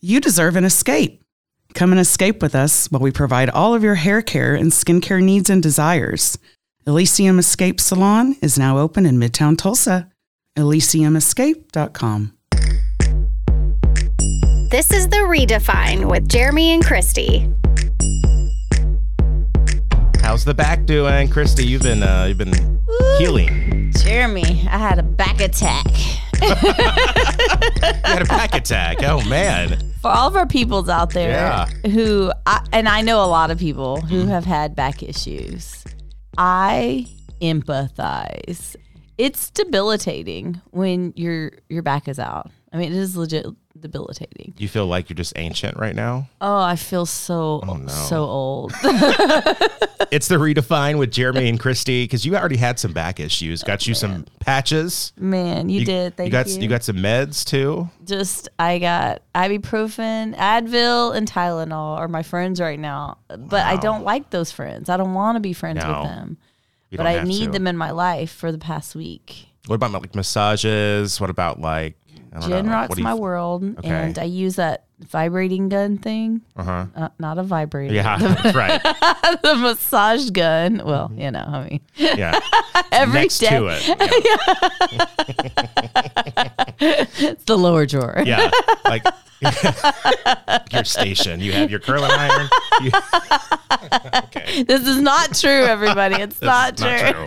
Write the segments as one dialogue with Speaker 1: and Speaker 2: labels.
Speaker 1: You deserve an escape. Come and escape with us while we provide all of your hair care and skincare needs and desires. Elysium Escape Salon is now open in Midtown Tulsa. ElysiumEscape.com.
Speaker 2: This is The Redefine with Jeremy and Christy.
Speaker 3: How's the back doing, Christy? You've been uh, you've been healing.
Speaker 4: Jeremy, I had a back attack.
Speaker 3: You had a back attack. Oh man.
Speaker 4: For all of our peoples out there
Speaker 3: Yeah.
Speaker 4: who, I, and I know a lot of people who have had back issues, I empathize. It's debilitating when your your back is out. I mean, it is legit debilitating.
Speaker 3: You feel like you're just ancient right now.
Speaker 4: Oh, I feel so
Speaker 3: Oh, no.
Speaker 4: so old.
Speaker 3: It's the redefine with Jeremy and Christy because you already had some back issues. Got you some patches.
Speaker 4: Man, you, did. Thank you.
Speaker 3: got you got some meds too.
Speaker 4: just I got ibuprofen, Advil, and Tylenol are my friends right now. But I don't like those friends. I don't want to be friends
Speaker 3: No.
Speaker 4: with them.
Speaker 3: You
Speaker 4: but
Speaker 3: don't
Speaker 4: I
Speaker 3: have
Speaker 4: need
Speaker 3: to.
Speaker 4: them in my life for the past week.
Speaker 3: What about like massages? What about like I don't
Speaker 4: Gin
Speaker 3: know.
Speaker 4: rocks
Speaker 3: Oh, What do you-
Speaker 4: my world,
Speaker 3: Okay.
Speaker 4: and I use that vibrating gun thing.
Speaker 3: Uh-huh.
Speaker 4: Uh, not a vibrator.
Speaker 3: Yeah, that's right.
Speaker 4: the massage gun. Well,
Speaker 3: Mm-hmm.
Speaker 4: you know, I mean,
Speaker 3: Yeah,
Speaker 4: every day
Speaker 3: next to it.
Speaker 4: it's the lower drawer.
Speaker 3: Yeah, like your station. You have your curling iron. You,
Speaker 4: This is not true, everybody. It's not,
Speaker 3: It's
Speaker 4: true.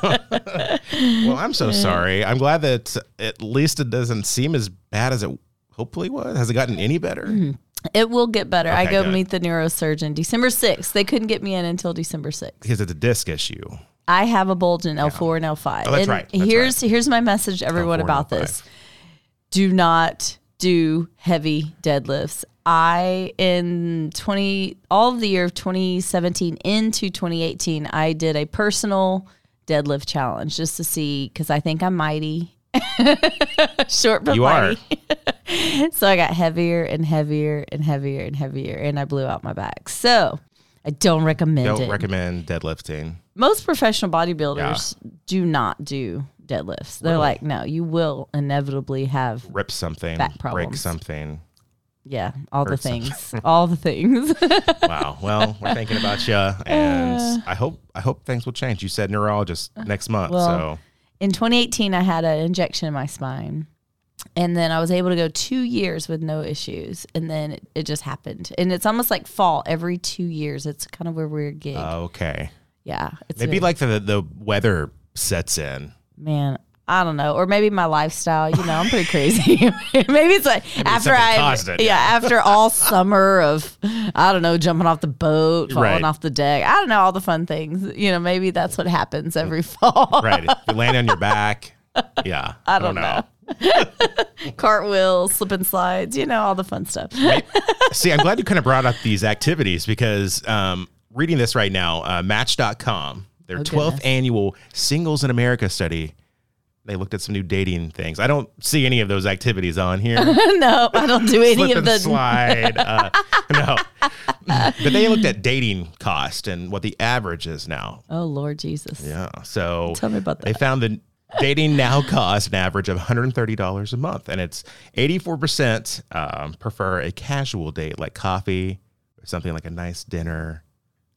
Speaker 3: true. well, I'm so sorry. I'm glad that at least it doesn't seem as bad as it hopefully was. Has it gotten any better?
Speaker 4: Mm-hmm. It will get better. I
Speaker 3: Okay,
Speaker 4: go
Speaker 3: good.
Speaker 4: meet the neurosurgeon December 6th. They couldn't get me in until December 6th.
Speaker 3: Because it's a disc issue.
Speaker 4: I have a bulge in L4 and L5.
Speaker 3: Oh, that's
Speaker 4: and
Speaker 3: right. That's
Speaker 4: here's here's my message to
Speaker 3: L4
Speaker 4: everyone
Speaker 3: and
Speaker 4: about
Speaker 3: L5.
Speaker 4: this. Do not do heavy deadlifts. I in 20 all of the year of 2017 into 2018, I did a personal deadlift challenge just to see cuz I think I'm mighty. Short but
Speaker 3: You are.
Speaker 4: mighty. So I got heavier and heavier and heavier and heavier and I blew out my back. So I don't recommend
Speaker 3: Don't
Speaker 4: it
Speaker 3: recommend deadlifting.
Speaker 4: most professional bodybuilders do not do deadlifts. They're
Speaker 3: Really?
Speaker 4: like, no, you will inevitably have
Speaker 3: Rip something.
Speaker 4: Back
Speaker 3: break
Speaker 4: problems.
Speaker 3: something.
Speaker 4: yeah, all the
Speaker 3: Hurts.
Speaker 4: things, all the things.
Speaker 3: Wow. Well, we're thinking about you, and I hope I hope things will change. You said neurologist next month,
Speaker 4: Uh, Well,
Speaker 3: so
Speaker 4: in 2018, I had an injection in my spine, and then I was able to go two years with no issues, and then it, it just happened. And it's almost like fall every two years. It's kind of a weird gig.
Speaker 3: okay.
Speaker 4: yeah, it's
Speaker 3: Uh, Maybe
Speaker 4: weird.
Speaker 3: like the the weather sets in.
Speaker 4: man. I don't know, or maybe my lifestyle. You know, I'm pretty crazy. maybe it's like after
Speaker 3: something
Speaker 4: I,
Speaker 3: caused it,
Speaker 4: yeah, after all summer of, I don't know, jumping off the boat, falling
Speaker 3: Right.
Speaker 4: off the deck. I don't know all the fun things. You know, maybe that's what happens every fall.
Speaker 3: Right. you land on your back. Yeah. I
Speaker 4: don't Cartwheels, slip and slides. You know, all the fun stuff.
Speaker 3: See, I'm glad you kind of brought up these activities because um, reading this right now, uh, Match.com,
Speaker 4: Oh,
Speaker 3: their 12th annual Singles in America study, they looked at some new dating things. I don't see any of those activities on here.
Speaker 4: no, I don't do any
Speaker 3: Slip
Speaker 4: of
Speaker 3: and
Speaker 4: the.
Speaker 3: slide. Uh, no. But they looked at dating cost and what the average is now.
Speaker 4: Oh Lord Jesus!
Speaker 3: Yeah. So
Speaker 4: Tell me about
Speaker 3: They found the dating now costs an average of $130 a month, and it's 84% um, prefer a casual date like coffee or something like a nice dinner,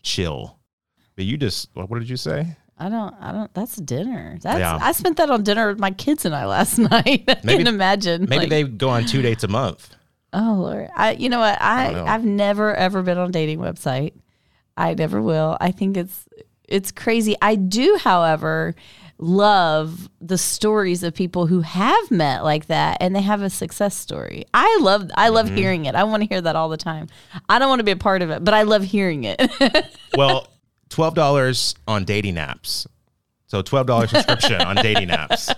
Speaker 3: chill. But you just, what, what did you say?
Speaker 4: I don't. I don't. That's dinner. That's.
Speaker 3: Yeah.
Speaker 4: I spent that on dinner with my kids and I last night. I
Speaker 3: Maybe-
Speaker 4: can imagine.
Speaker 3: Maybe
Speaker 4: like-
Speaker 3: they go on two dates a month.
Speaker 4: Oh Lord, I you know what I,
Speaker 3: don't know.
Speaker 4: I've never ever been on a dating website. I never will. I think it's it's crazy. I do, however, love the stories of people who have met like that and they have a success story. I love I
Speaker 3: Mm-hmm.
Speaker 4: love hearing it. I want to hear that all the time. I don't want to be a part of it, but I love hearing it.
Speaker 3: Well, $12 on dating apps. So $12 subscription on dating apps.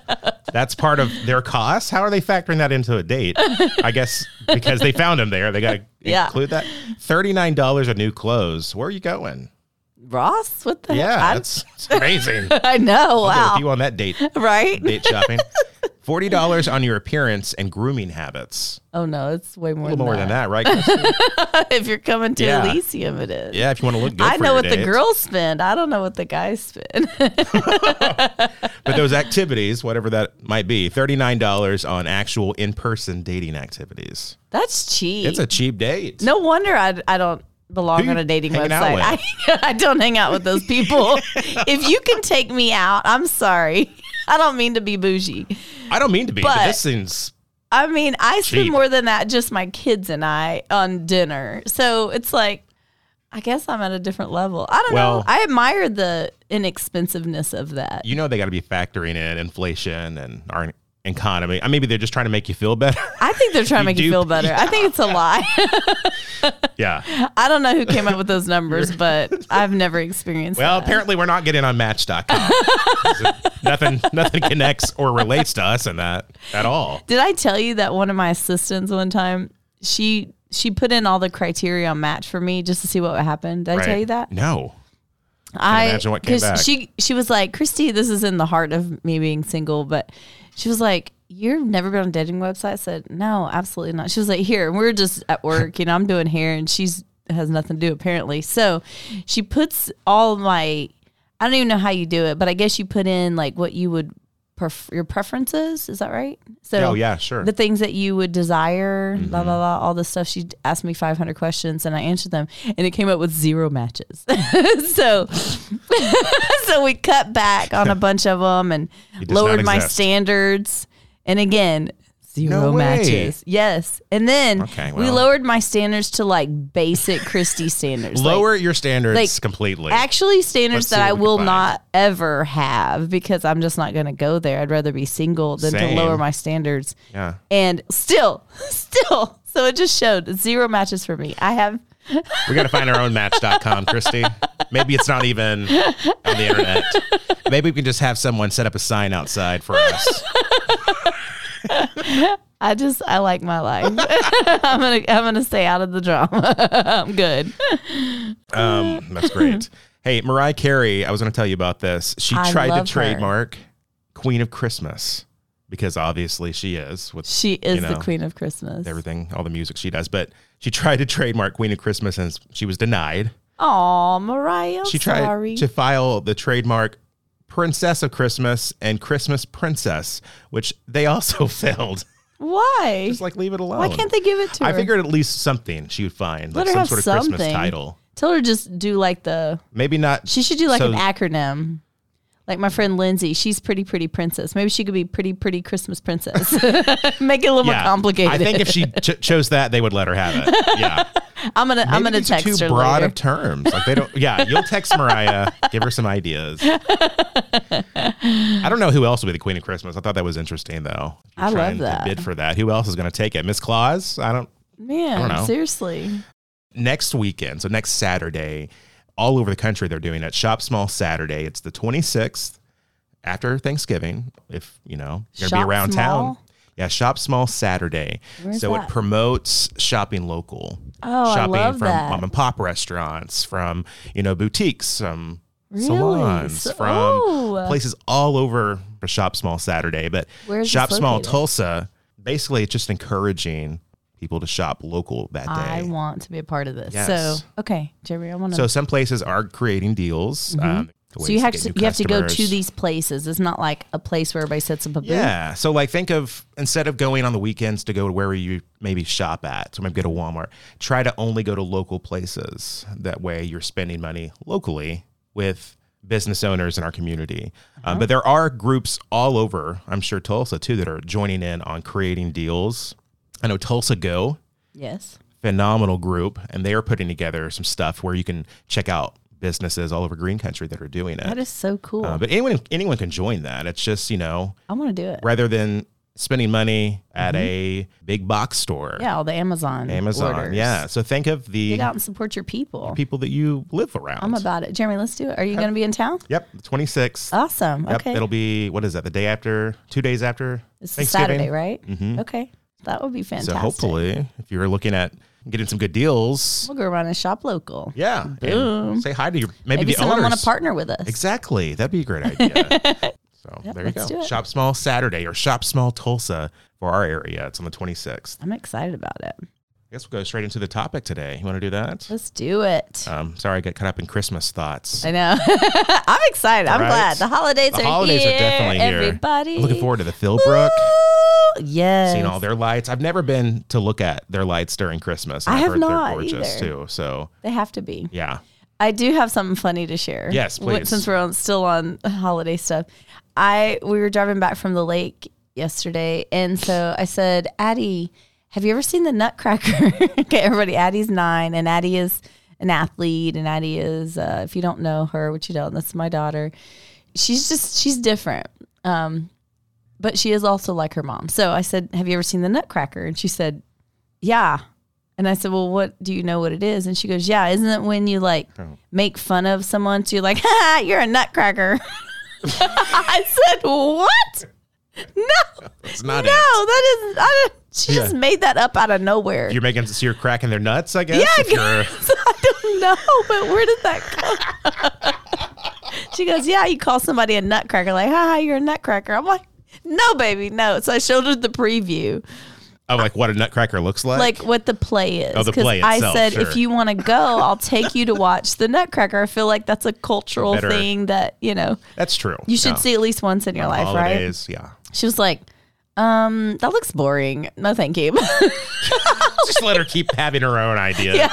Speaker 3: That's part of their cost. How are they factoring that into a date? I guess because they found them there, they got to
Speaker 4: Yeah.
Speaker 3: include that. $39 a new clothes. Where are you going?
Speaker 4: Ross, what the
Speaker 3: Yeah,
Speaker 4: heck?
Speaker 3: that's it's amazing.
Speaker 4: I, I
Speaker 3: I'll go
Speaker 4: know.
Speaker 3: with
Speaker 4: Wow.
Speaker 3: you on that date
Speaker 4: Right?
Speaker 3: date shopping. Forty dollars on your appearance and grooming habits.
Speaker 4: Oh no, it's way
Speaker 3: A
Speaker 4: more,
Speaker 3: little
Speaker 4: than,
Speaker 3: more than that,
Speaker 4: that.
Speaker 3: right? Kristen?
Speaker 4: if you're coming to
Speaker 3: Yeah.
Speaker 4: Elysium, it is.
Speaker 3: yeah, if you want to look good.
Speaker 4: I
Speaker 3: for
Speaker 4: know
Speaker 3: your
Speaker 4: what the
Speaker 3: dates.
Speaker 4: girls spend. I don't know what the guys spend.
Speaker 3: But those activities, whatever that might be, thirty nine dollars on actual in person dating activities.
Speaker 4: That's cheap.
Speaker 3: It's a cheap date.
Speaker 4: no wonder I, I don't belong
Speaker 3: Who
Speaker 4: on
Speaker 3: you
Speaker 4: a dating
Speaker 3: hanging out
Speaker 4: website. I, I don't hang out with those people. if you can take me out, I'm sorry. I don't mean to be bougie.
Speaker 3: I don't mean to be, but,
Speaker 4: But-
Speaker 3: this seems
Speaker 4: I mean, I spend
Speaker 3: Cheap.
Speaker 4: more than that, just my kids and I on dinner. So it's like, I guess I'm at a different level. I don't know.
Speaker 3: Well-
Speaker 4: I admire the inexpensiveness of that.
Speaker 3: you know they got to be factoring in inflation and our economy. I maybe they're just trying to make you feel better.
Speaker 4: I think they're trying to
Speaker 3: You
Speaker 4: make you
Speaker 3: do-
Speaker 4: feel better. I think it's a lie.
Speaker 3: yeah.
Speaker 4: I don't know who came up with those numbers, but I've never experienced
Speaker 3: Well,
Speaker 4: that.
Speaker 3: apparently we're not getting on Match.com. So nothing, nothing connects or relates to us in that at all.
Speaker 4: Did I tell you that one of my assistants one time she she put in all the criteria on match for me just to see what would happen? Did I tell
Speaker 3: Right?
Speaker 4: you that?
Speaker 3: No.
Speaker 4: I
Speaker 3: imagine what came
Speaker 4: 'cause
Speaker 3: back.
Speaker 4: She she was like, Christy, this is in the heart of me being single, but she was like, You've never been on a dating website? I said, No, absolutely not. She was like, Here, we're just at work, you know, I'm doing hair and she's has nothing to do apparently. So she puts all my I don't even know how you do it, but I guess you put in like what you would pref- your preferences, is that right? So
Speaker 3: oh yeah, sure. Mm-hmm.
Speaker 4: the things that you would desire, blah blah blah, all this stuff. She asked me 500 questions, and I answered them, and it came up with zero matches. so, so we cut back on a bunch of them and
Speaker 3: He does not
Speaker 4: lowered my
Speaker 3: exist.
Speaker 4: standards. And again, zero
Speaker 3: No way.
Speaker 4: matches. Yes, and then
Speaker 3: Okay,
Speaker 4: we
Speaker 3: well.
Speaker 4: lowered my standards to like basic Christie standards. like-
Speaker 3: Lower your standards
Speaker 4: like,
Speaker 3: completely.
Speaker 4: actually standards
Speaker 3: Let's see
Speaker 4: that I
Speaker 3: what we can
Speaker 4: will
Speaker 3: find.
Speaker 4: not ever have because I'm just not going to go there. I'd rather be single than
Speaker 3: Same.
Speaker 4: to lower my standards.
Speaker 3: Yeah.
Speaker 4: And still, still, so it just showed zero matches for me. I have
Speaker 3: we got to find our own Match.com, Christy. Maybe it's not even on the internet. Maybe we can just have someone set up a sign outside for us.
Speaker 4: I just I like my life. I'm gonna I'm gonna stay out of the drama. I'm good.
Speaker 3: Um, that's great. Hey, Mariah Carey, I was going to tell you about this. She
Speaker 4: I
Speaker 3: tried to
Speaker 4: love her.
Speaker 3: trademark Queen of Christmas because obviously she is with
Speaker 4: She is
Speaker 3: You
Speaker 4: the
Speaker 3: know,
Speaker 4: queen of Christmas.
Speaker 3: everything, all the music she does. But she tried to trademark Queen of Christmas and she was denied.
Speaker 4: Aw, Mariah, I'm
Speaker 3: she tried
Speaker 4: sorry.
Speaker 3: to file the trademark Princess of Christmas and Christmas Princess, which they also failed.
Speaker 4: Why?
Speaker 3: Just like leave it alone.
Speaker 4: Why can't they give it to
Speaker 3: I
Speaker 4: her?
Speaker 3: figured at least something she would find, like
Speaker 4: Let her
Speaker 3: some
Speaker 4: have
Speaker 3: sort of Christmas
Speaker 4: something.
Speaker 3: title.
Speaker 4: Tell her to just do like the
Speaker 3: Maybe not.
Speaker 4: She should do like
Speaker 3: So-
Speaker 4: an acronym. Like my friend Lindsay, she's pretty pretty princess. Maybe she could be pretty pretty Christmas princess. Make it a little more complicated.
Speaker 3: I think if she ch- chose that, they would let her have it. Yeah,
Speaker 4: I'm gonna I'm
Speaker 3: Maybe
Speaker 4: gonna
Speaker 3: these are
Speaker 4: text
Speaker 3: too
Speaker 4: her
Speaker 3: broad
Speaker 4: later.
Speaker 3: of terms. Like they don't. Yeah, you'll text Mariah, give her some ideas. I don't know who else will be the Queen of Christmas. I thought that was interesting though.
Speaker 4: I love
Speaker 3: Trying to
Speaker 4: that.
Speaker 3: Bid for that. Who else is going to take it? Miss Claus? I don't. I don't
Speaker 4: Man,
Speaker 3: know.
Speaker 4: seriously.
Speaker 3: next weekend, so next Saturday, all over the country they're doing it. Shop Small Saturday. It's the 26th after Thanksgiving. If you know you're gonna
Speaker 4: Shop
Speaker 3: be around town,
Speaker 4: Small?
Speaker 3: yeah. Shop Small Saturday.
Speaker 4: Where's
Speaker 3: so
Speaker 4: that?
Speaker 3: it promotes shopping local.
Speaker 4: Oh, I
Speaker 3: shopping
Speaker 4: love
Speaker 3: from
Speaker 4: that.
Speaker 3: mom and pop restaurants, from you know boutiques, from
Speaker 4: Really?
Speaker 3: salons,
Speaker 4: So-
Speaker 3: from
Speaker 4: oh.
Speaker 3: places all over for Shop Small Saturday. But
Speaker 4: Where is
Speaker 3: Shop
Speaker 4: this
Speaker 3: Small
Speaker 4: located?
Speaker 3: Tulsa, basically, it's just encouraging people to shop local that day.
Speaker 4: I want to be a part of this.
Speaker 3: Yes.
Speaker 4: So okay, Jerry, I want
Speaker 3: So
Speaker 4: to. So,
Speaker 3: some places are creating deals. Um, ways
Speaker 4: Mm-hmm. you have
Speaker 3: get
Speaker 4: to
Speaker 3: new
Speaker 4: you have to go to
Speaker 3: customers.
Speaker 4: these places. It's not like a place where everybody sets up a booth.
Speaker 3: Yeah. So like think of instead of going on the weekends to go to where you maybe shop at, so maybe go to Walmart, try to only go to local places. That way you're spending money locally with business owners in our community.
Speaker 4: Uh-huh.
Speaker 3: Um, but there are groups all over, I'm sure Tulsa too, that are joining in on creating deals. I know Tulsa Go
Speaker 4: Yes.
Speaker 3: phenomenal group, and they are putting together some stuff where you can check out businesses all over Green Country that are doing
Speaker 4: That
Speaker 3: it.
Speaker 4: is so cool.
Speaker 3: Uh, but anyone anyone can join that. It's just you know
Speaker 4: I want to do it.
Speaker 3: rather than spending money at a big box store,
Speaker 4: Mm-hmm. Yeah, all the Amazon.
Speaker 3: Amazon,
Speaker 4: orders.
Speaker 3: yeah. So think of the
Speaker 4: Get out and support your people.
Speaker 3: people that you live around.
Speaker 4: I'm about it, Jeremy. Let's do it. Are you going to be in town?
Speaker 3: yep, twenty sixth.
Speaker 4: Awesome.
Speaker 3: Yep,
Speaker 4: okay.
Speaker 3: it'll be what is that? The day after, two days after
Speaker 4: It's a
Speaker 3: Thanksgiving.
Speaker 4: Saturday, right?
Speaker 3: Mhm.
Speaker 4: Okay. That would be fantastic.
Speaker 3: So hopefully, if you're looking at getting some good deals,
Speaker 4: We'll go around and shop local.
Speaker 3: yeah, and
Speaker 4: Boom.
Speaker 3: say hi to your maybe,
Speaker 4: Maybe
Speaker 3: the
Speaker 4: someone
Speaker 3: owners.
Speaker 4: want to partner with us.
Speaker 3: Exactly. That'd be a great idea. So
Speaker 4: Yep,
Speaker 3: there you
Speaker 4: let's do
Speaker 3: go.
Speaker 4: it.
Speaker 3: Shop Small Saturday or Shop Small Tulsa for our area. It's on the 26th. I
Speaker 4: I'm excited about it.
Speaker 3: guess we'll go straight into the topic today. You want to do that?
Speaker 4: Let's do it.
Speaker 3: Um, sorry, I got caught up in Christmas thoughts.
Speaker 4: I know. I'm excited. I'm
Speaker 3: Right?
Speaker 4: glad. The holidays
Speaker 3: The
Speaker 4: are
Speaker 3: holidays
Speaker 4: here.
Speaker 3: are definitely here.
Speaker 4: Everybody.
Speaker 3: Looking forward to the Philbrook.
Speaker 4: Woo! Yes.
Speaker 3: Seen all their lights. I've never been to look at their lights during Christmas. and
Speaker 4: I
Speaker 3: I've
Speaker 4: have
Speaker 3: heard
Speaker 4: not
Speaker 3: They're gorgeous
Speaker 4: either.
Speaker 3: too. So
Speaker 4: they have to be.
Speaker 3: yeah,
Speaker 4: I do have something funny to share.
Speaker 3: Yes,
Speaker 4: Wh-
Speaker 3: please.
Speaker 4: Since we're on, still on holiday stuff, I we were driving back from the lake yesterday, and so I said, "Addie, have you ever seen the Nutcracker?" okay, everybody, Addie's nine, and Addie is an athlete, and Addie is uh, if you don't know her, which you don't, that's my daughter. She's just she's different. Um, but she is also like her mom. So I said, "Have you ever seen the Nutcracker?" And she said, "Yeah." And I said, "Well, what do you know what it is?" And she goes, "Yeah, isn't it when you like
Speaker 3: Oh.
Speaker 4: make fun of someone so you're like, ha, you're a nutcracker." I said, "What?
Speaker 3: it's not
Speaker 4: No, that is I don't, she just
Speaker 3: Yeah.
Speaker 4: made that up out of nowhere."
Speaker 3: it. You're making so you're cracking their nuts, I guess.
Speaker 4: Yeah, I
Speaker 3: if you're-
Speaker 4: So I don't know, but where did that come? she goes, "Yeah, you call somebody a nutcracker, like, ha, you're a nutcracker." I'm like, "No, baby, no." So I showed her the preview.
Speaker 3: of oh, like what a nutcracker looks like.
Speaker 4: like what the play is.
Speaker 3: Oh, the
Speaker 4: 'Cause
Speaker 3: play
Speaker 4: I
Speaker 3: itself,
Speaker 4: said,
Speaker 3: sure.
Speaker 4: if you want to go, I'll take you to watch the Nutcracker. I feel like that's a cultural
Speaker 3: Better.
Speaker 4: thing that you know
Speaker 3: that's true.
Speaker 4: you should
Speaker 3: Yeah.
Speaker 4: see at least once in your life, right?
Speaker 3: holidays. Yeah,
Speaker 4: She was like, um, that looks boring. No, thank you.
Speaker 3: just let her keep having her own idea.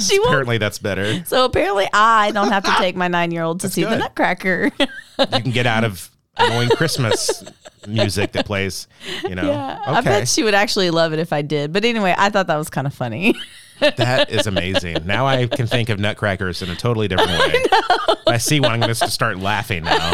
Speaker 4: she won't.
Speaker 3: Apparently, that's better. You
Speaker 4: So apparently, I don't have to take my nine-year-old to see the
Speaker 3: good. Oh,
Speaker 4: Nutcracker.
Speaker 3: can get out of annoying Christmas music that plays. You know,
Speaker 4: yeah, I bet she would actually love it if I did. But anyway, I thought that was kind of funny.
Speaker 3: That is amazing. Now I can think of nutcrackers in a totally different way. If I see one, I'm going to start laughing now.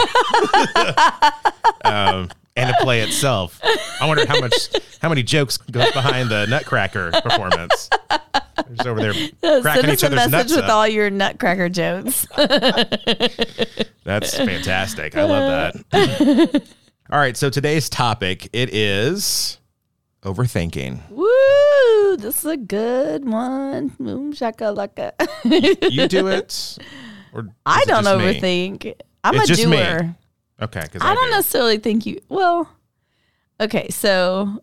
Speaker 3: um, and the play itself. I wonder how much, how many jokes goes behind the nutcracker performance. They're just over there cracking
Speaker 4: Send us
Speaker 3: each
Speaker 4: a
Speaker 3: other's
Speaker 4: message
Speaker 3: nuts
Speaker 4: with
Speaker 3: up.
Speaker 4: all your Nutcracker jokes.
Speaker 3: That's fantastic. I love that. all right. So today's topic it is overthinking.
Speaker 4: Woo! This is a good one. Boom shakalaka.
Speaker 3: You do it, or
Speaker 4: I
Speaker 3: is it
Speaker 4: don't
Speaker 3: just me?
Speaker 4: overthink. I'm
Speaker 3: It's
Speaker 4: a
Speaker 3: just me.
Speaker 4: doer.
Speaker 3: Okay, because
Speaker 4: I don't necessarily think you. Well, okay. So,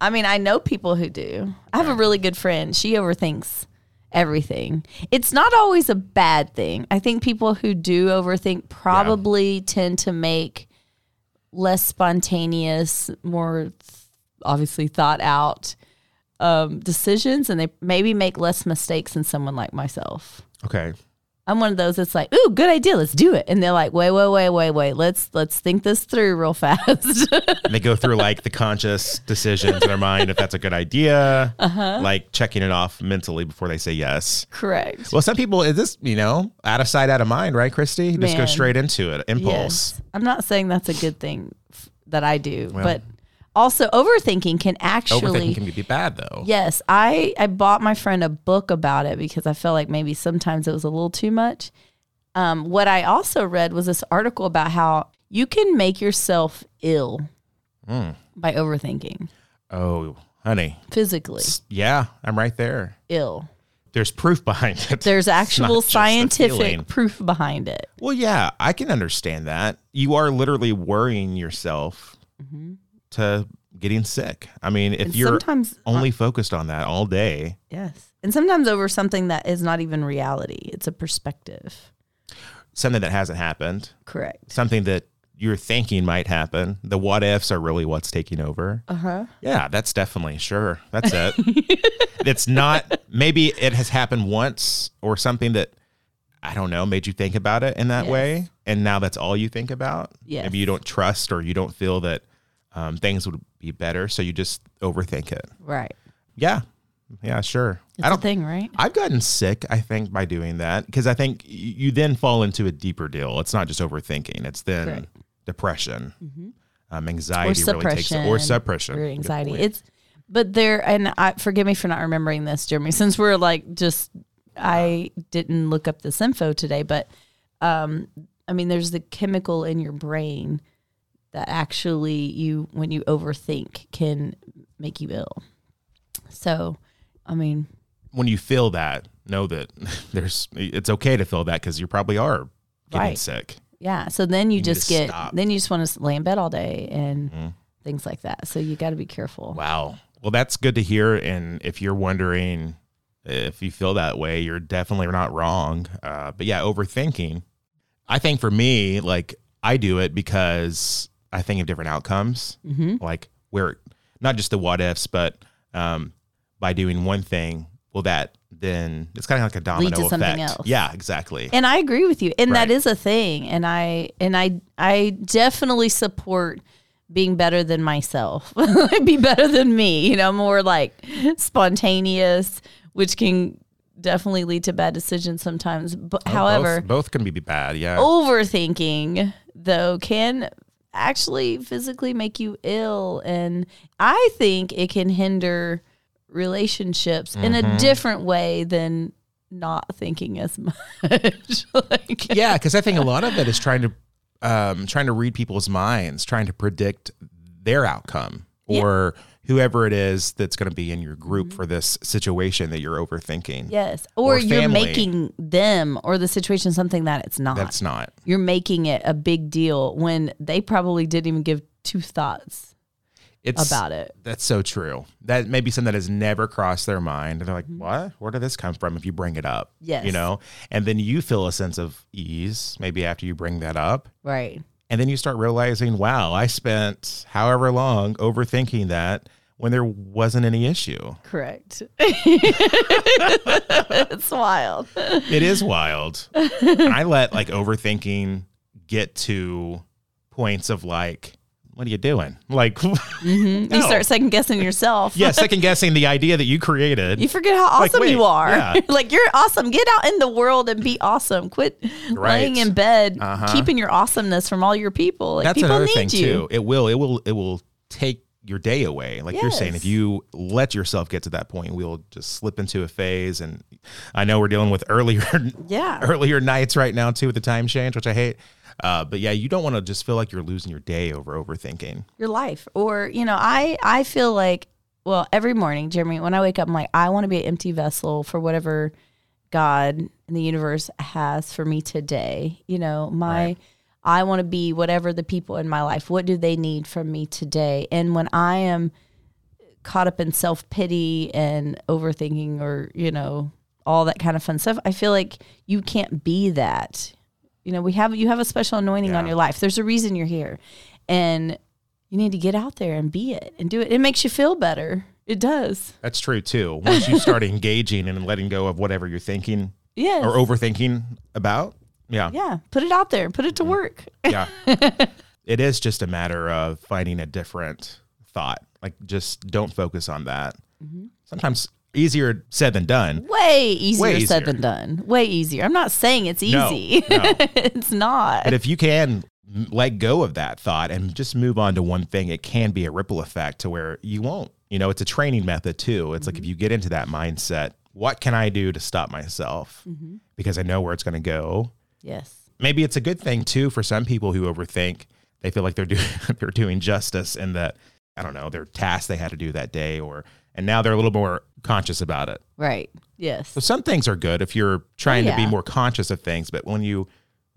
Speaker 4: I mean, I know people who do. I have a really good friend. She overthinks everything. It's not always a bad thing. I think people who do overthink probably tend to make less spontaneous, more th- obviously thought out um, decisions, and they maybe make less mistakes than someone like myself.
Speaker 3: Okay,
Speaker 4: I'm one of those that's like, ooh, good idea, let's do it. And they're like, wait, wait, wait, wait, wait, let's let's think this through real fast.
Speaker 3: And they go through like the conscious decisions in their mind if that's a good idea,
Speaker 4: Uh-huh.
Speaker 3: like checking it off mentally before they say yes.
Speaker 4: Correct.
Speaker 3: Well, some people is this you know out of sight, out of mind, right, Christy? Just go
Speaker 4: Man.
Speaker 3: straight into it, impulse.
Speaker 4: Yes. I'm not saying that's a good thing f- that I do,
Speaker 3: Well.
Speaker 4: but also overthinking can
Speaker 3: Overthinking
Speaker 4: actually
Speaker 3: can be bad though.
Speaker 4: Yes, I I bought my friend a book about it because I felt like maybe sometimes it was a little too much. Um, what I also read was this article about how you can make yourself ill
Speaker 3: Mm.
Speaker 4: by overthinking
Speaker 3: Oh, honey,
Speaker 4: physically
Speaker 3: yeah, I'm right there.
Speaker 4: ill.
Speaker 3: There's proof behind it.
Speaker 4: There's actual
Speaker 3: not just the feeling.
Speaker 4: scientific proof behind it.
Speaker 3: Well, yeah, I can understand that. You are literally worrying yourself to getting sick. I mean, if
Speaker 4: Mm-hmm. And
Speaker 3: you're
Speaker 4: sometimes, uh,
Speaker 3: only focused on that all day,
Speaker 4: yes. And sometimes over something that is not even reality, it's a perspective.
Speaker 3: something that hasn't happened,
Speaker 4: Correct.
Speaker 3: something that you're thinking might happen. The what ifs are really what's taking over.
Speaker 4: Uh huh.
Speaker 3: Yeah, that's definitely sure. That's it. it's not maybe it has happened once or something that I don't know made you think about it in that
Speaker 4: Yes.
Speaker 3: way, and now that's all you think about.
Speaker 4: Yes.
Speaker 3: Maybe you don't trust or you don't feel that um, things would be better, so you just overthink it.
Speaker 4: Right.
Speaker 3: Yeah, yeah, sure.
Speaker 4: It's
Speaker 3: I
Speaker 4: a
Speaker 3: don't
Speaker 4: thing, right?
Speaker 3: I've gotten sick, I think, by doing that because I think y- you then fall into a deeper deal. It's not just overthinking; it's then
Speaker 4: Correct. Mm-hmm.
Speaker 3: depression, um,
Speaker 4: Or
Speaker 3: anxiety really takes
Speaker 4: suppression.
Speaker 3: or suppression,
Speaker 4: Or
Speaker 3: Good
Speaker 4: anxiety.
Speaker 3: point.
Speaker 4: It's, but there, and I, forgive me for not remembering this, Jeremy, since we're like just, I didn't look up this info today, but um, I mean, there's the chemical in your brain that actually you, when you overthink, can make you ill. So, I mean,
Speaker 3: when you feel that, know that there's it's okay to feel that because you probably are getting
Speaker 4: Right.
Speaker 3: sick.
Speaker 4: Yeah. So then you,
Speaker 3: need
Speaker 4: just
Speaker 3: to
Speaker 4: get,
Speaker 3: stop. Mm-hmm.
Speaker 4: then you just want to lay in bed all day and things like that. So you got to be careful.
Speaker 3: Wow. Well, that's good to hear. And if you're wondering if you feel that way, you're definitely not wrong. Uh, but yeah, overthinking. I think for me, like I do it because I think of different outcomes,
Speaker 4: Mm-hmm.
Speaker 3: like where not just the what ifs, but um, by doing one thing, will that then it's kind of like a domino
Speaker 4: something
Speaker 3: effect.
Speaker 4: else.
Speaker 3: Yeah, exactly.
Speaker 4: And I agree with you. And
Speaker 3: Right.
Speaker 4: that is a thing. And I and I I definitely support being better than myself. Be better than me, you know, more like spontaneous, which can definitely lead to bad decisions sometimes. But
Speaker 3: Oh, both-
Speaker 4: however,
Speaker 3: both, can be bad. Yeah.
Speaker 4: overthinking though can actually physically make you ill and i think it can hinder relationships in
Speaker 3: Mm-hmm.
Speaker 4: a different way than not thinking as much like
Speaker 3: yeah, because I think a lot of it is trying to um, trying to read people's minds, trying to predict their outcome or whoever it is that's going to be in your group
Speaker 4: Mm-hmm.
Speaker 3: for this situation that you're overthinking.
Speaker 4: yes or,
Speaker 3: Or
Speaker 4: you're
Speaker 3: family.
Speaker 4: making them or the situation something that it's not
Speaker 3: That's not.
Speaker 4: you're making it a big deal when they probably didn't even give two thoughts
Speaker 3: It's
Speaker 4: about it
Speaker 3: That's so true. That may be something that has never crossed their mind. And they're like, what? Where did this come from? If you bring it up,
Speaker 4: Mm-hmm. Yes.
Speaker 3: you know, and then you feel a sense of ease maybe after you bring that up.
Speaker 4: right
Speaker 3: And then you start realizing, wow, I spent however long overthinking that when there wasn't any issue.
Speaker 4: correct it's wild
Speaker 3: It is wild. And I let like overthinking get to points of like, what are you doing? Like,
Speaker 4: Mm-hmm. You
Speaker 3: No.
Speaker 4: start second guessing yourself.
Speaker 3: yeah, second guessing the idea that you created.
Speaker 4: You forget how
Speaker 3: Like,
Speaker 4: awesome you
Speaker 3: wait,
Speaker 4: are.
Speaker 3: yeah.
Speaker 4: like you're awesome. Get out in the world and be awesome. Quit
Speaker 3: Right.
Speaker 4: laying in bed,
Speaker 3: Uh-huh.
Speaker 4: keeping your awesomeness from all your people. Like
Speaker 3: That's
Speaker 4: people
Speaker 3: another
Speaker 4: need
Speaker 3: thing
Speaker 4: you.
Speaker 3: too. It will, it will, it will take your day away. Like you're saying, if
Speaker 4: Yes.
Speaker 3: you let yourself get to that point, we'll just slip into a phase. And I know we're dealing with earlier,
Speaker 4: Yeah.
Speaker 3: earlier nights right now too with the time change, which I hate. Uh, but yeah, you don't want to just feel like you're losing your day over overthinking.
Speaker 4: Your life. Or, you know, I I feel like well, every morning, Jeremy, when I wake up, I'm like, I want to be an empty vessel for whatever God and the universe has for me today. You know, my I want to be whatever the people in my life, what do they need from me today? And when I am caught up in self pity and overthinking or, you know, all that kind of fun stuff, I feel like you can't be that. You know, we have you have a special anointing on
Speaker 3: Yeah.
Speaker 4: your life. There's a reason you're here. And you need to get out there and be it and do it. It makes you feel better. It does.
Speaker 3: That's true too. Once you start engaging and letting go of whatever you're thinking
Speaker 4: Yes.
Speaker 3: or overthinking about, yeah,
Speaker 4: yeah. Put it out there. Put it to work.
Speaker 3: yeah, it is just a matter of finding a different thought. Like, just don't focus on that. Sometimes easier said than done.
Speaker 4: Way easier
Speaker 3: Way
Speaker 4: said
Speaker 3: easier.
Speaker 4: than done. Way easier. I'm not saying it's
Speaker 3: No,
Speaker 4: easy.
Speaker 3: no.
Speaker 4: it's not.
Speaker 3: But if you can m- let go of that thought and just move on to one thing, it can be a ripple effect to where you won't. You know, it's a training method too. It's like if you get into that mindset, what can I do to stop myself? Because I know where it's going to go.
Speaker 4: yes.
Speaker 3: maybe it's a good thing too for some people who overthink. They feel like they're doing they're doing justice in that I don't know their task they had to do that day, or and now they're a little more conscious about it.
Speaker 4: Right. Yes.
Speaker 3: So some things are good if you're trying to
Speaker 4: yeah.
Speaker 3: be more conscious of things, but when you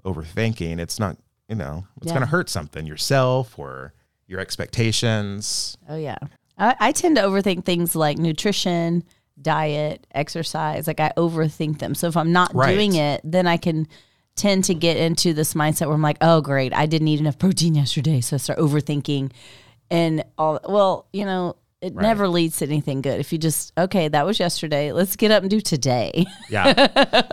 Speaker 3: overthinking, it's not you know it's
Speaker 4: Yeah.
Speaker 3: going to hurt something yourself or your expectations.
Speaker 4: Oh yeah. I, I tend to overthink things like nutrition, diet, exercise. Like I overthink them. So if I'm not
Speaker 3: Right.
Speaker 4: doing it, then I can tend to get into this mindset where I'm like, oh great, I didn't eat enough protein yesterday. So I start overthinking and all well, you know, it never leads to anything good. If you just, okay, that was yesterday. Let's get up and do today.
Speaker 3: Yeah.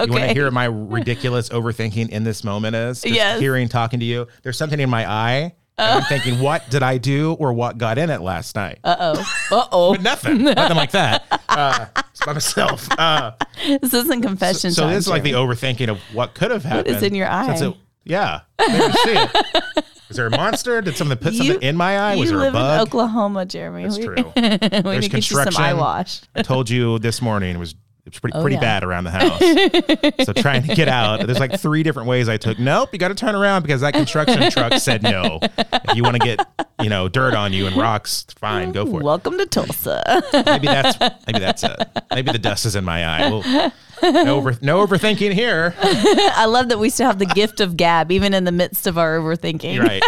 Speaker 3: You want to hear my ridiculous overthinking in this moment is? Just
Speaker 4: Yes.
Speaker 3: hearing, talking to you. There's something in my eye. And I'm thinking, what did I do or what got in it last night?
Speaker 4: Uh oh.
Speaker 3: Nothing. Nothing like that. Uh, it's by myself. Uh,
Speaker 4: this isn't confession
Speaker 3: so
Speaker 4: time.
Speaker 3: this is like the
Speaker 4: Jeremy.
Speaker 3: overthinking of what could have happened.
Speaker 4: in your
Speaker 3: Since
Speaker 4: eye?
Speaker 3: it- yeah. There you see it. Is there a monster? Did someone put
Speaker 4: You-
Speaker 3: something in my eye? Was
Speaker 4: you
Speaker 3: there a
Speaker 4: live in
Speaker 3: bug?
Speaker 4: Oklahoma, Jeremy.
Speaker 3: That's
Speaker 4: we,
Speaker 3: true.
Speaker 4: we need to get you some
Speaker 3: construction.
Speaker 4: eye wash.
Speaker 3: I told you this morning was It was pretty
Speaker 4: Oh,
Speaker 3: pretty
Speaker 4: yeah.
Speaker 3: bad around the house. so trying to get out, there's like three different ways I took. Nope, you got to turn around because that construction truck said no. If you want to get you know dirt on you and rocks, fine, go for it.
Speaker 4: Welcome to Tulsa.
Speaker 3: Maybe that's maybe that's it. Maybe the dust is in my eye. Well, no, over, no overthinking here.
Speaker 4: I love that we still have the gift of gab, even in the midst of our overthinking.
Speaker 3: You're right.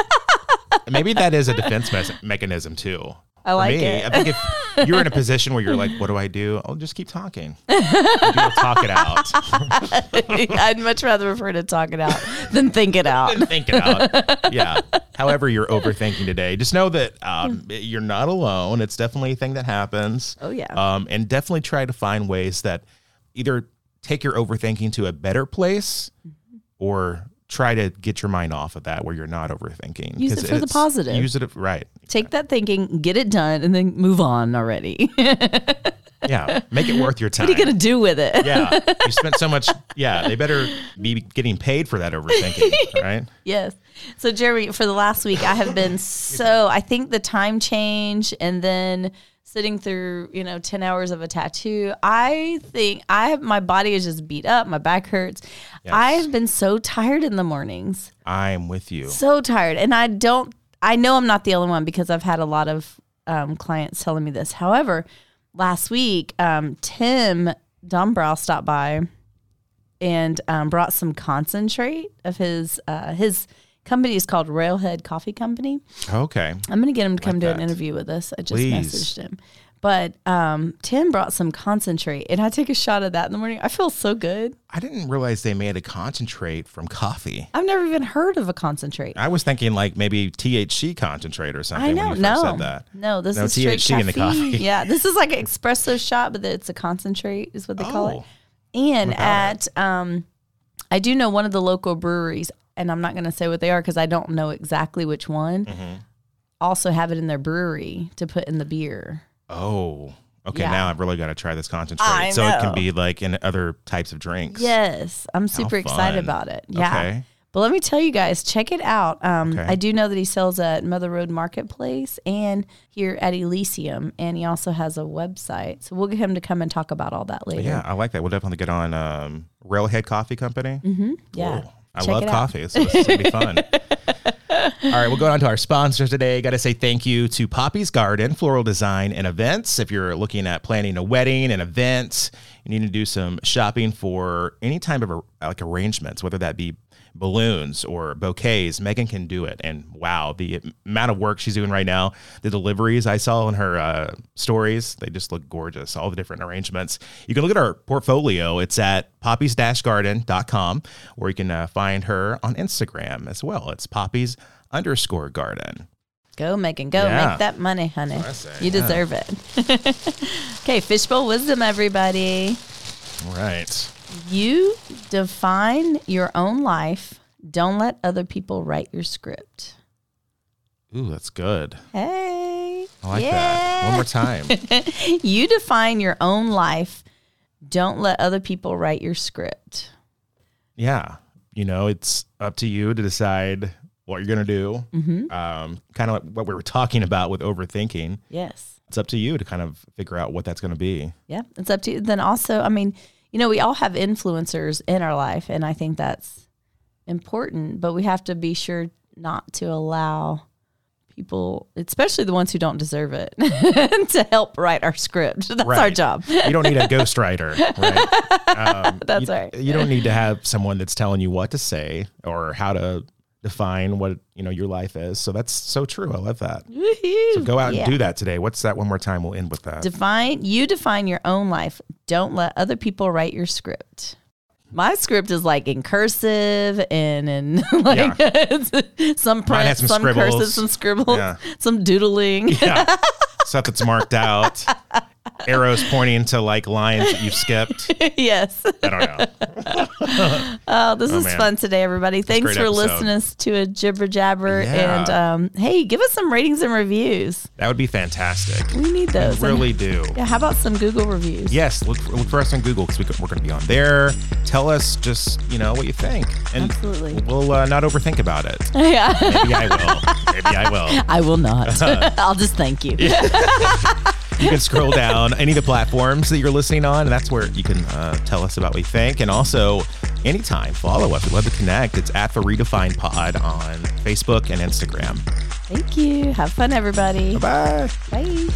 Speaker 3: Maybe that is a defense mes- mechanism too.
Speaker 4: I
Speaker 3: For
Speaker 4: like
Speaker 3: me,
Speaker 4: it.
Speaker 3: I think if you're in a position where you're like, "What do I do?" I'll just keep talking. You'll talk it out.
Speaker 4: I'd much rather prefer to talk it out than think it out.
Speaker 3: think it out. Yeah. However, you're overthinking today. Just know that um, you're not alone. It's definitely a thing that happens.
Speaker 4: Hmm. Oh, yeah.
Speaker 3: Um, and definitely try to find ways that either take your overthinking to a better place,
Speaker 4: Mm-hmm.
Speaker 3: or try to get your mind off of that where you're not overthinking.
Speaker 4: Use
Speaker 3: 'Cause
Speaker 4: it for the
Speaker 3: it's-
Speaker 4: positive.
Speaker 3: Use it right.
Speaker 4: Take that thinking, get it done, and then move on already. what
Speaker 3: Yeah. Make it worth your time.
Speaker 4: are you gonna do with it?
Speaker 3: yeah. You spent so much. Yeah. They better be getting paid for that overthinking, right?
Speaker 4: Yes. So Jeremy, for the last week, I have been so I think the time change and then sitting through you know 10 hours of a tattoo i think i have my body is just beat up my back hurts i've been so tired in the mornings
Speaker 3: I'm with you.
Speaker 4: so tired and i don't i know i'm not the only one because i've had a lot of um, clients telling me this however last week um, tim dombrow stopped by and um, brought some concentrate of his uh, his company is called railhead coffee company
Speaker 3: Okay.
Speaker 4: i'm going to get him to come do an
Speaker 3: that.
Speaker 4: interview with us i just
Speaker 3: Please.
Speaker 4: messaged him but um, tim brought some concentrate and i take a shot of that in the morning i feel so good
Speaker 3: I didn't realize they made a concentrate from coffee.
Speaker 4: i've never even heard of a concentrate
Speaker 3: I was thinking like maybe THC concentrate or something.
Speaker 4: I know.
Speaker 3: When you
Speaker 4: no,
Speaker 3: first said that.
Speaker 4: no, this
Speaker 3: No
Speaker 4: is straight
Speaker 3: THC in the
Speaker 4: caffeine.
Speaker 3: coffee.
Speaker 4: Yeah, this is like an espresso shot, but it's a concentrate, is what they call it.
Speaker 3: Oh.
Speaker 4: And
Speaker 3: Without
Speaker 4: at, um, I do know one of the local breweries, and I'm not going to say what they are because I don't know exactly which one.
Speaker 3: Mm-hmm.
Speaker 4: Also, have it in their brewery to put in the beer.
Speaker 3: Oh. Okay.
Speaker 4: Yeah.
Speaker 3: Now I've really got to try this concentrate.
Speaker 4: I
Speaker 3: so it
Speaker 4: know.
Speaker 3: can be like in other types of drinks.
Speaker 4: Yes, I'm super
Speaker 3: fun.
Speaker 4: excited about it. Yeah.
Speaker 3: Okay.
Speaker 4: But let me tell you guys, check it out. Um,
Speaker 3: Okay.
Speaker 4: I do know that he sells at Mother Road Marketplace and here at Elysium, and he also has a website. So we'll get him to come and talk about all that later.
Speaker 3: Yeah, I like that. We'll definitely get on um, Railhead Coffee Company.
Speaker 4: Mm-hmm. Yeah.
Speaker 3: Cool. I
Speaker 4: Check
Speaker 3: love
Speaker 4: it out.
Speaker 3: coffee, so this is gonna be fun. All right, we'll go on to our sponsors today. Got to say thank you to Poppy's Garden Floral Design and Events. If you're looking at planning a wedding and events, you need to do some shopping for any type of like arrangements, whether that be balloons or bouquets. Megan can do it, and wow, the amount of work she's doing right now. The deliveries I saw in her uh, stories, they just look gorgeous. All the different arrangements. You can look at our portfolio. It's at poppies-garden.com, or you can uh, find her on Instagram as well. It's poppies underscore garden.
Speaker 4: Go, Megan. Go
Speaker 3: Yeah.
Speaker 4: make that money, honey.
Speaker 3: say,
Speaker 4: You deserve it. okay, fishbowl wisdom, everybody.
Speaker 3: All right.
Speaker 4: You define your own life. Don't let other people write your script.
Speaker 3: Ooh, that's good.
Speaker 4: Hey.
Speaker 3: I like that. One more time.
Speaker 4: You define your own life. Don't let other people write your script.
Speaker 3: yeah you know it's up to you to decide what you're gonna do
Speaker 4: Mm-hmm.
Speaker 3: um, kind of like what we were talking about with overthinking
Speaker 4: Yes.
Speaker 3: it's up to you to kind of figure out what that's gonna be
Speaker 4: Yeah, it's up to you. Then also, I mean, you know, we all have influencers in our life, and I think that's important, but we have to be sure not to allow people, especially the ones who don't deserve it, to help write our script. That's our
Speaker 3: Right.
Speaker 4: job.
Speaker 3: you don't need a ghostwriter right um,
Speaker 4: That's
Speaker 3: you,
Speaker 4: right.
Speaker 3: you don't need to have someone that's telling you what to say or how to define what you know your life is so that's so true i love that so go out
Speaker 4: Yeah.
Speaker 3: and do that today what's that one more time we'll end with that
Speaker 4: Define, you define your own life. Don't let other people write your script. My script is like in cursive and in like some
Speaker 3: Mine
Speaker 4: print,
Speaker 3: has
Speaker 4: some,
Speaker 3: some
Speaker 4: cursive,
Speaker 3: scribbles.
Speaker 4: some scribbles,
Speaker 3: Yeah.
Speaker 4: some doodling.
Speaker 3: yeah. stuff that's marked out arrows pointing to like lines that you've skipped
Speaker 4: yes.
Speaker 3: i don't know
Speaker 4: Oh, this is
Speaker 3: man.
Speaker 4: fun today, everybody. Thanks
Speaker 3: great
Speaker 4: for
Speaker 3: episode.
Speaker 4: listening to a jibber jabber.
Speaker 3: Yeah.
Speaker 4: And um, hey, give us some ratings and reviews.
Speaker 3: That would be fantastic.
Speaker 4: We need those. And-
Speaker 3: Really do.
Speaker 4: yeah, how about some Google reviews?
Speaker 3: Yes, look for, look for us on Google because we, could- we're going to be on there. Tell us just you know what you think, and
Speaker 4: Absolutely.
Speaker 3: we'll uh, not overthink about it.
Speaker 4: Yeah.
Speaker 3: Maybe I will. Maybe I will. Uh-huh.
Speaker 4: I will not. I'll just thank you.
Speaker 3: You can scroll down any of the platforms that you're listening on, and that's where you can uh, tell us about what you think. And also, anytime, follow us. We'd love to connect. It's at the Redefined Pod on Facebook and Instagram.
Speaker 4: Thank you. Have fun, everybody.
Speaker 3: Bye.
Speaker 4: Bye.